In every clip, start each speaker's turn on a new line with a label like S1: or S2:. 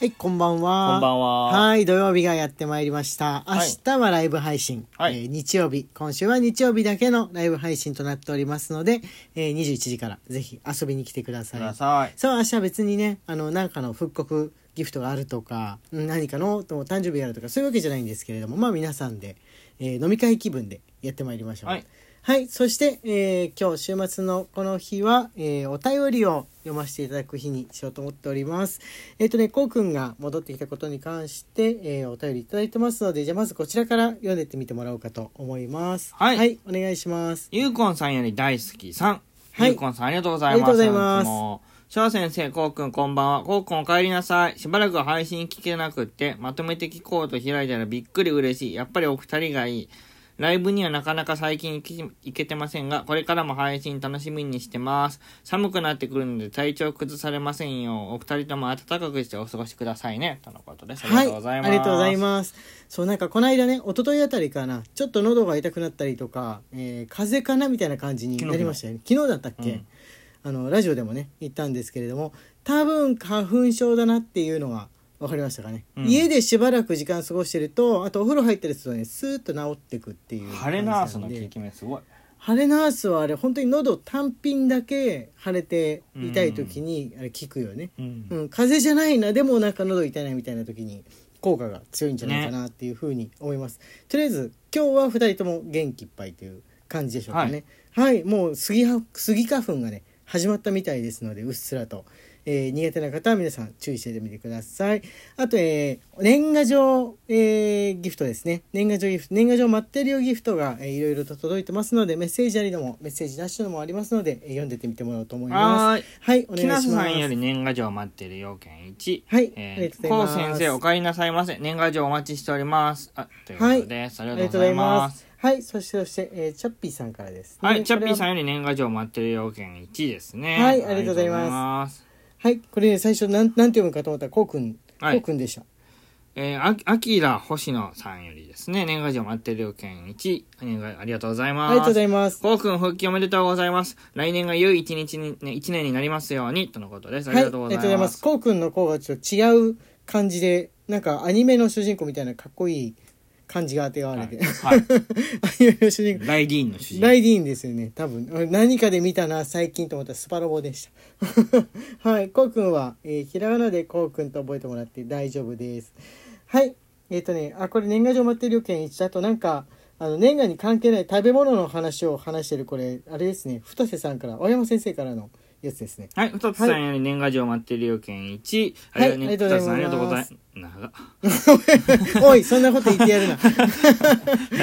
S1: はい、こんばんは。
S2: こんばんは
S1: はい、土曜日がやってまいりました。明
S2: はい
S1: 日はライブ配信。
S2: はい
S1: えー日曜日、今週は日曜日だけのライブ配信となっておりますので、えー21時からぜひ遊びに来てくださ
S2: く
S1: い。
S2: ださい。
S1: そう、明日は別にね、あの、なんかの復刻ギフトがあるとか、うん何かのお誕生日があるとか、そういうわけじゃないんですけれども、まあ皆さんで、えー飲み会気分でやってまいりましょう。
S2: はい。
S1: はい、そして、えー今日週末のこの日は、えーお便りを読ませていただく日にしようと思っております。えっ、とね、こうくんが戻ってきたことに関して、えーお便りいただいてますので、じゃあまずこちらから読んでってみてもらおうかと思います。
S2: はい
S1: お願いします。
S2: ゆうこんさんより大好きさん。
S1: はい
S2: ゆうこんさんありがとうござい
S1: あ
S2: ます。
S1: りがとうございます
S2: もう翔先生、こうくんこんばんは。こうくんお帰りなさい。しばらく配信聞けなくって、まとめて聞こうと開いたらびっくり嬉しい。やっぱりお二人がいい。ライブにはなかなか最近行き行けてませんが、これからも配信楽しみにしてます。寒くなってくるので体調崩されませんよう、お二人とも暖かくしてお過ごしくださいね。とのことです。ありがとうございます。
S1: はい、ありがとうございます。そう、なんかこの間ね、一昨日あたりかな、ちょっと喉が痛くなったりとか、えー風邪かなみたいな感じになりましたよね。昨日だったっけ、
S2: うん
S1: あの、ラジオでもね、言ったんですけれども、多分花粉症だなっていうのは、わかりましたかね、
S2: うん
S1: 家でしばらく時間過ごしてると、あとお風呂入ったりするとね、スーッと治ってくっていう。
S2: 晴れナースの
S1: 感じ
S2: 効
S1: なんで
S2: き目すごい。
S1: ハレナースはあれ、本当に喉単品だけ腫れて痛い時に、あれ効くよね。
S2: うん
S1: うん、風邪じゃないなでもなんか喉痛いなみたいな時に効果が強いんじゃないかなっていうふうに思います、とりあえず今日は2人とも元気いっぱいという感じでしょうかねはい、もうスギはスギ花粉がね始まったみたいですのでうっすらと、えー苦手な方は皆さん注意してみてくださいあと、えー年賀状、えーギフトですね年賀状ギフト年賀状待ってるよギフトが、えーいろいろと届いてますのでメッセージありのもメッセージなしのもありますので、えー読んでってみてもらおうと思います
S2: はーい。
S1: はいお願い
S2: 木
S1: しま
S2: 梨
S1: す
S2: さんより年賀状を待ってる要件1。
S1: はいあり
S2: え
S1: がと
S2: ー、
S1: うご
S2: こう
S1: ざいます
S2: 先生、お帰りなさいませ。年賀状お待ちしております。あ、ということです。あ
S1: あ
S2: り
S1: り
S2: が
S1: がと
S2: とう
S1: うご
S2: ござ
S1: ざ
S2: い
S1: い
S2: ま
S1: ますす。。はい、そしてそして、えー、チャッピーさんからです、ね
S2: はい、チャッピーさん
S1: ん。
S2: より年賀状を待ってる要件1ですね。
S1: はいありがとうございます
S2: ありがとうございます。
S1: はい、これ、ね、最初なんなんて読むかと思ったらこうくん、
S2: は
S1: こ
S2: いう
S1: くんでした。
S2: えー、ああきら星野さんよりですね、年賀状待ってる要件1。お願いありがとうござい
S1: あ
S2: ます。
S1: りがとうございます。
S2: こうくん復帰おめでとうございます。来年が良い一日に、ね、一年になりますように、とのことです。ありがとうございます。
S1: こうくんのこうがちょっと違う感じで、なんかアニメの主人公みたいなかっこいい感じが当てがわれて、
S2: はいは
S1: アニメの主人
S2: い。
S1: 公。
S2: ライディーンの主人公
S1: ライディーンですよね多分俺何かで見たな最近と思ったらスパロボでした はいこうくんは、えーひらがなでこうくんと覚えてもらって大丈夫ですはいえっ、とねあこれ年賀状待ってる旅券1だとなんかあの年賀に関係ない食べ物の話を話してるこれあれですね太瀬さんから青山先生からのやつですね
S2: はい、ふたつさんより年賀状待ってるよ、県1。
S1: はい
S2: ね
S1: ありがとうございます
S2: ふたつさんありがとうござい長
S1: おいそんなこと言ってやるな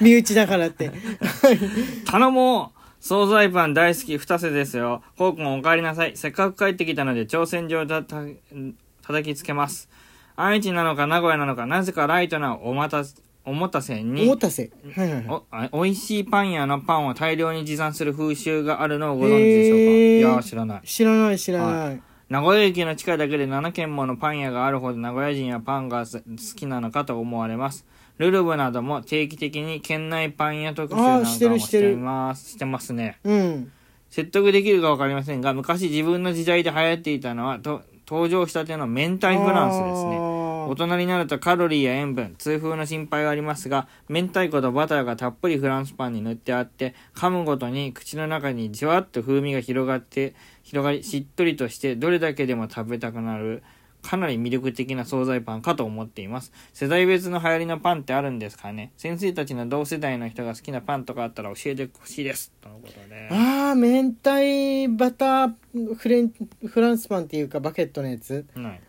S1: 身内だからって
S2: 頼もう惣菜パン大好き、二瀬ですよ。こうくんお帰りなさい。せっかく帰ってきたので、挑戦状たた、叩きつけます。愛知なのか名古屋なのか、なぜかライトなおまた、おもたせ
S1: おも
S2: に、
S1: たせはいはいはい
S2: お、あ美味しいパン屋のパンを大量に持参する風習があるのをご存知でしょうか、
S1: へー
S2: いやー、知らない。
S1: 知らない知らない、
S2: 名古屋駅の地下だけで7軒ものパン屋があるほど名古屋人はパンが好きなのかと思われます。ルルブなども定期的に県内パン屋特集なん
S1: あー
S2: か
S1: してる
S2: も
S1: し
S2: して
S1: る
S2: ています。してますね。
S1: うん
S2: 説得できるかわかりませんが、昔自分の時代で流行っていたのは、と登場したての明太フランスですね。
S1: ね
S2: 大人になるとカロリーや塩分、痛風の心配がありますが、明太子とバターがたっぷりフランスパンに塗ってあって、噛むごとに口の中にじわっと風味が広がって、広がり、しっとりとして、どれだけでも食べたくなる、かなり魅力的な惣菜パンかと思っています。世代別の流行りのパンってあるんですかね先生たちの同世代の人が好きなパンとかあったら教えてほしいです。とのことで。
S1: ああ明太バターフレンフランスパンっていうかバケットのやつ
S2: ない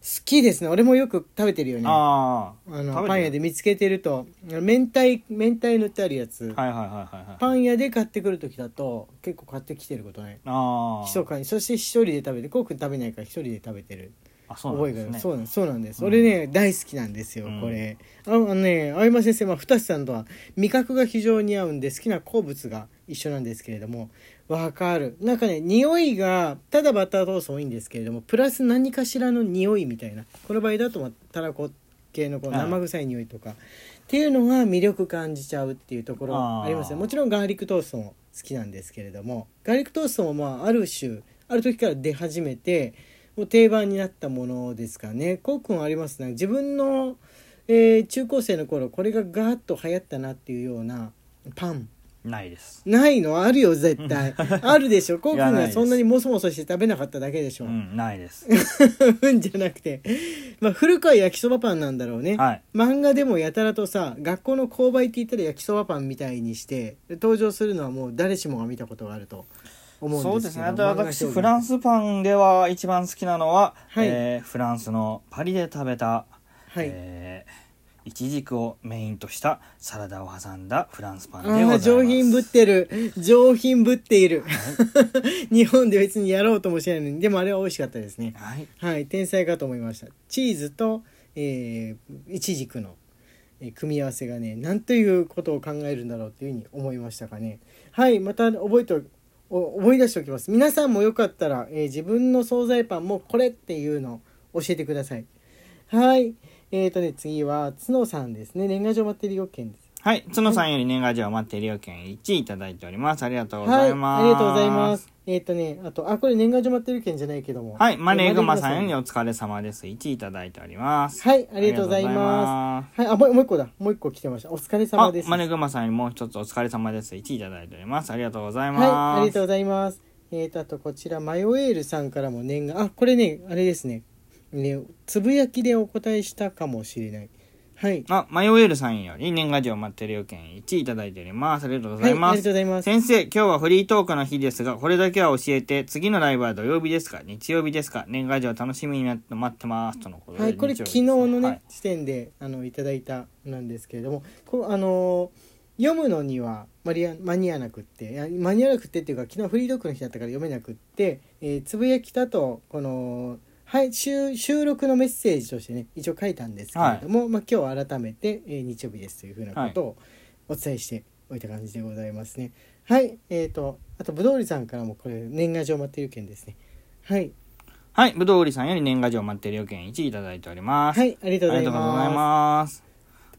S1: 好きですね俺もよく食べてるよねあ
S2: ああ。食べて
S1: の
S2: る
S1: パン屋で見つけてると明太明太塗ってあるやつ、
S2: はいはいはいはいはい。
S1: パ
S2: あ
S1: ン屋で買ってくる時だと結構買ってきてることない
S2: あ。
S1: 密かにそして一人で食べてこうくん食べないから一人で食べてる
S2: あ、そうな
S1: 覚え
S2: ん
S1: が
S2: です
S1: あるそう
S2: ね。
S1: なんそうなんです、
S2: うん
S1: 俺ね大好きなんですよ、
S2: うん
S1: これああのね青山先生、まあ、二つさんとは味覚が非常に合うんで好きな好物が一緒なんですけれどもわかるなんかね匂いがただバタートーストもいいんですけれどもプラス何かしらの匂いみたいなこの場合だとまあたらこ系のこう
S2: はい
S1: 生臭い匂いとか、っていうのは魅力感じちゃうっていうところありますね
S2: あー
S1: もちろんガーリックトーストも好きなんですけれどもガーリックトーストもまあある種ある時から出始めてもう定番になったものですかねこうくんありますね自分の、えー中高生の頃これがガーッと流行ったなっていうようなパン
S2: ないです
S1: ないのあるよ絶 対あるでしょこうくん
S2: いやない
S1: が
S2: です
S1: そんなにもそもそして食べなかっただけでしょ
S2: う
S1: うん
S2: ないです
S1: ん じゃなくてまあ古くは焼きそばパンなんだろうね、
S2: はい
S1: 漫画でもやたらとさ学校の購買って言ったら焼きそばパンみたいにしてで登場するのはもう誰しもが見たことがあると思
S2: そううん
S1: で
S2: ですす
S1: け
S2: ね
S1: ど
S2: あと私フラン
S1: ス
S2: スパンでは一番好きなのは、
S1: はい
S2: えーフランスのパリで食べた、
S1: はい、
S2: えー、イチジクをメインとしたサラダを挟んだフランスパンでござい
S1: あ
S2: ま
S1: あ
S2: す
S1: 上品ぶってる上品ぶっている 日本で別にやろうともしないのにでもあれは美味しかったですね
S2: はい
S1: はい天才かと思いましたチーズと、えー、イチジクの、えー組み合わせがねなんということを考えるんだろうっていうふうに思いましたかねはいまた覚えておお思い出しておきます皆さんもよかったら、えー自分の惣菜パンもこれっていうのを教えてくださいはいえーとね次は角さんですね年賀状待ってるよ件です
S2: はい、角さんより年賀状を待っている要件1いただいております。ありがとうご
S1: は
S2: ざ
S1: い、
S2: います。
S1: ありがとうございま。す。えっ、とね、あと、あ、これ年賀状待ってる券じゃないけども。
S2: はい、マネーグマさんより
S1: は
S2: お疲れ様です。1いただいております。。
S1: い、ありがとうございますす。はい、あ、もうもう一個だ。もう一個来てました。お疲れ様
S2: あ
S1: で、す。
S2: マネーグマさんよりもう一つお疲れ様です。1いただいております。ありがとうございます。
S1: はい、ありがとうございます。えっ、と、あとこちら、マヨエールさんからも年賀、あ、これね、あれですね。ね、つぶやきでお答えしたかもしれない。はい。
S2: あ、マヨエールさんより年賀状を待ってる要件1いただいております。ありがとうご
S1: は
S2: ざ
S1: い、あ
S2: い
S1: りが
S2: ま
S1: とう
S2: す。
S1: ございます。
S2: 先生、今日はフリートークの日ですが、これだけは教えて、次のライブは土曜日ですか日曜日ですか年賀状楽しみになって待ってます。とのことで
S1: はい、これ
S2: 日曜
S1: 昨
S2: 日
S1: 日のね、
S2: はい
S1: 時点であのいただいたなんですけれどもこあのー読むのにはマリア間に合わなくっていや間に合わなくってっていうか昨日フリードックの日だったから読めなくって、えーつぶやきだとこの、はい、収収録のメッセージとしてね一応書いたんですけれども、まあ、今日は改めて、えー日曜日ですというふうなことをお伝えしておいた感じでございますね。はい、えー、とあとぶどうりさんからもこれ年賀状待ってる件ですね。はい、
S2: はい、ぶどう売りさんより年賀状待ってる予見1いただいております。
S1: はい、ありがとうご
S2: あり
S1: ざ
S2: が
S1: い
S2: とうござい
S1: ます。
S2: ます。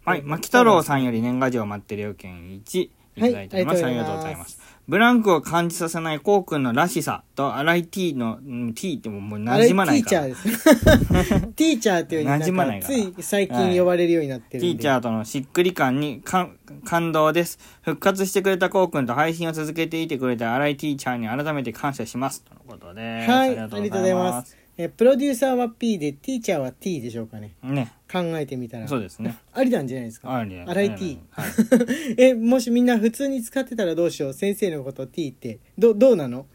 S2: はい、牧太郎さんより年賀状待ってる予見1。いただいております、
S1: はい
S2: あ
S1: あ
S2: り
S1: り
S2: が
S1: がとうご
S2: とうござ
S1: ざ
S2: い
S1: い
S2: ま
S1: ます
S2: す。ブランクを感じさせないコウ君のらしさと荒井 T の、うん、T ってももう
S1: あ
S2: 馴
S1: れ
S2: 染まない
S1: ティーチ
S2: か
S1: ャ
S2: ら
S1: ー。です。 ティーチャーっていうよう
S2: 馴染
S1: に
S2: ま
S1: な
S2: なんい
S1: か
S2: か
S1: つ
S2: ら
S1: い最近呼ばれるようになって
S2: テ
S1: るんで。
S2: ィーチャーとのしっくり感に感感動です。復活してくれたコウ君と配信を続けていてくれた荒井 T チャーに改めて感謝します。とのことです。
S1: はい、ありがとうござい
S2: ありがとうございま
S1: ますす。。えプロデューサーは P で、ティーチャーは T でしょうかね。
S2: ね、
S1: 考えてみたら。
S2: そうですね。
S1: ありなんじゃないですか。
S2: あり
S1: 荒井 T
S2: はい
S1: え、もしみんな普通に使ってたらどうしよう。先生のこと T って、ど、どうなの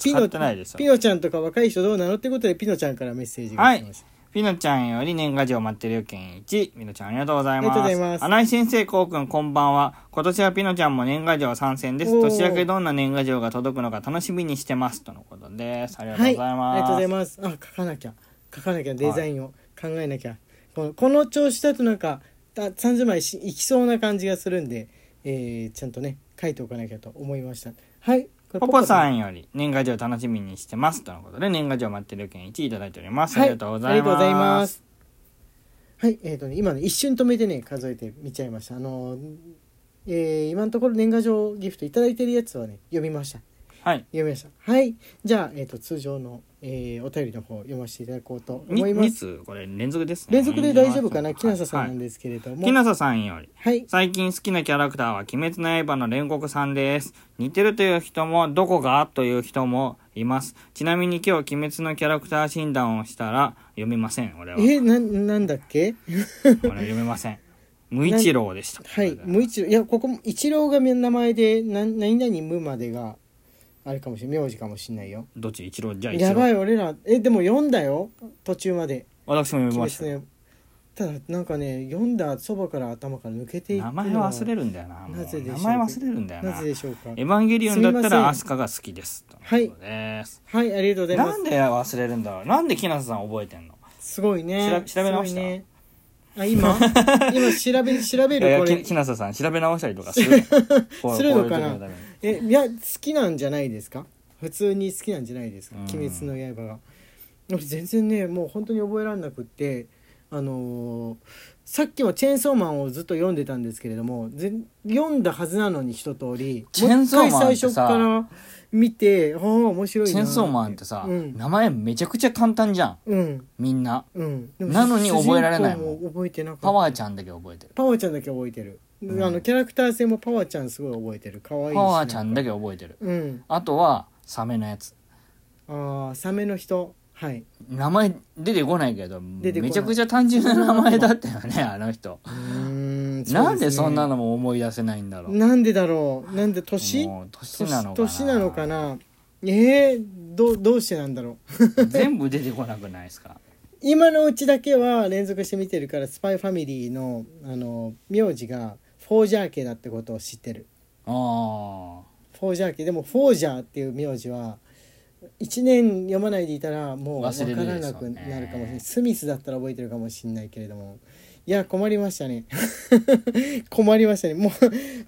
S1: ピ
S2: 使っ
S1: ノ
S2: てないですよ
S1: ピノちゃんとか若い人どうなのってことでピノちゃんからメッセージが来ました。
S2: ピノちゃんより年賀状待ってるよ件1。ピノちゃんありがとうございます。
S1: ありがとうございます
S2: 穴井先生、こうくんこんばんは。今年はピノちゃんも年賀状参戦です。
S1: おー
S2: 年明けどんな年賀状が届くのか楽しみにしてます。とのことです。ありがとうございます。
S1: ありがとうございます。あ、書かなきゃ。書かなきゃ、デザインを考えなきゃ。このこの調子だとなんか、あ30枚しいきそうな感じがするんで、えーちゃんとね、書いておかなきゃと思いました。はい。これ
S2: ポポさんより年賀状楽しみにしてます。とのことで、年賀状待ってるよ件1いただいております。
S1: はい
S2: ありがとうございます。
S1: ありがとうございます。はい、えっ、とね、今ね、一瞬止めてね、数えてみちゃいました。あのー、えー今のところ年賀状ギフトいただいてるやつはね、読みました。
S2: はい。
S1: 読みました。はい。じゃあ、えっ、と、通常の、えーお便りの方読ませていただこうと思いま
S2: 2
S1: す。
S2: つ、これ連続ですね。
S1: 連続で大丈夫か
S2: は
S1: ない木下さんなん
S2: は
S1: ですけれど
S2: い
S1: も。
S2: 木下さんより。
S1: はい。
S2: 最近好きなキャラクターは「鬼滅の刃」の煉獄さんです似てるという人もどこがという人もいますちなみに今日鬼滅のキャラクター診断をしたら読みません俺は
S1: え、な、なんだっけ
S2: 俺は読みません無一郎でした
S1: はい。無一郎。いや、ここも、一郎が名前で、な、何々無までが、あれかもしれない。名字かもしれないよ。
S2: どっち一郎じゃあ一郎
S1: やばい、俺ら。え、でも読んだよ。途中まで。
S2: 私も読みました
S1: ね。ただ、なんかね、読んだそばから頭から抜けていく
S2: 名
S1: の
S2: 前忘れ
S1: る
S2: るんだよなもう
S1: なぜでしょ
S2: 名
S1: う
S2: 前忘れるんだよな
S1: なぜでしょうか
S2: エヴ。ァンゲリオンだっ
S1: す
S2: た
S1: みません
S2: らアスカが好きですと
S1: はい
S2: とうことです
S1: はい、ありがとうございま
S2: な
S1: す
S2: ん。で忘れるんだろうなんで木下さん覚えてんの
S1: すごいね。
S2: 調べ調べ直した
S1: すごいねあ、今今調べ、調べ
S2: いや
S1: るこ
S2: いや
S1: れ
S2: き。木下さん調べ直したりとかす る
S1: するのかな
S2: こういう時ために
S1: えいや好きなんじゃないですか普通に好きなんじゃないですか
S2: うん
S1: 「鬼滅の刃が」俺全然ねもう本当に覚えられなくってあのーさっきも「チェーンソーマン」をずっと読んでたんですけれどもぜ読んだはずなのに一通り
S2: チェーンソーマン
S1: もう一回最初
S2: ってさ
S1: から見てああ面白いな
S2: チェンソーマンってさ、
S1: うん
S2: 名前めちゃくちゃ簡単じゃん
S1: うん
S2: みんな
S1: うんで
S2: なのに覚えられないもん
S1: 主人公覚えてなかった
S2: パワーちゃんだけ覚えてる
S1: パワーちゃんだけ覚えてる、
S2: うん
S1: あのキャラクター性もパワーちゃんすごい覚えてる可愛いし
S2: パワーちゃんだ
S1: け
S2: け覚えてる
S1: うん
S2: あとはサメのやつ
S1: ああサメの人はい
S2: 名前出てこないけど
S1: 出てこない
S2: めちゃくちゃ単純な名前だったよねあの 人
S1: うーん
S2: なんでそんな
S1: の
S2: のも思い出せないんだろう
S1: なんでだろうなんで年
S2: もう年なのかな
S1: 年なのかなええどどうしてなんだろう
S2: 全部出てこなくないで すか
S1: 今のうちだけは連続して見てるからスパイファミリーのあの名字がフォージャー家だってことを知ってる
S2: ああ
S1: フォージャー家でもフォージャーっていう名字は1年読まないでいたらもう
S2: 忘
S1: 分
S2: れ
S1: か
S2: る
S1: ら
S2: でしょうね
S1: なくなるかもしれない、スミスだったら覚えてるかもしれないけれどもいや困りましたね 困りましたねも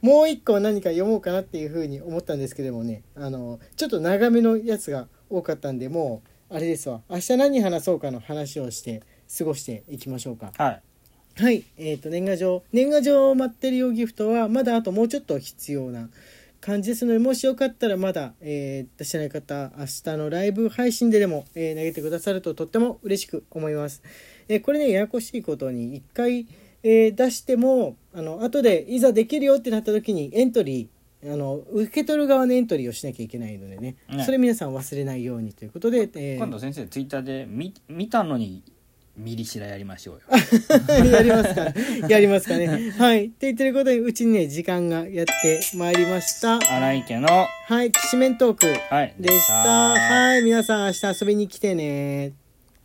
S1: うもう一個何か読もうかなっていうふうに思ったんですけどもねあのちょっと長めのやつが多かったんでもうあれですわ明日何話そうかの話をして過ごしていきましょうか
S2: はい
S1: はい、えー、と年賀状年賀状を待ってるよギフトはまだあともうちょっと必要な感じですのでもしよかったらまだ、えー出してない方明日のライブ配信ででも、えー投げてくださるととっても嬉しく思います、えーこれねややこしいことに1回、えー出してもあの後でいざできるよってなった時にエントリーあの受け取る側のエントリーをしなきゃいけないのでね
S2: ね
S1: それ皆さん忘れないようにということで、えー
S2: 今度先生ツイッターで見見たのにミリシラやり ましょうよ
S1: やりますかやりますかね。はい。って言ってることに、うちにね、時間がやってまいりました。
S2: 荒井家の
S1: はい。きしめんトーク
S2: はい
S1: でした。はい。皆さん、明日遊びに来てね。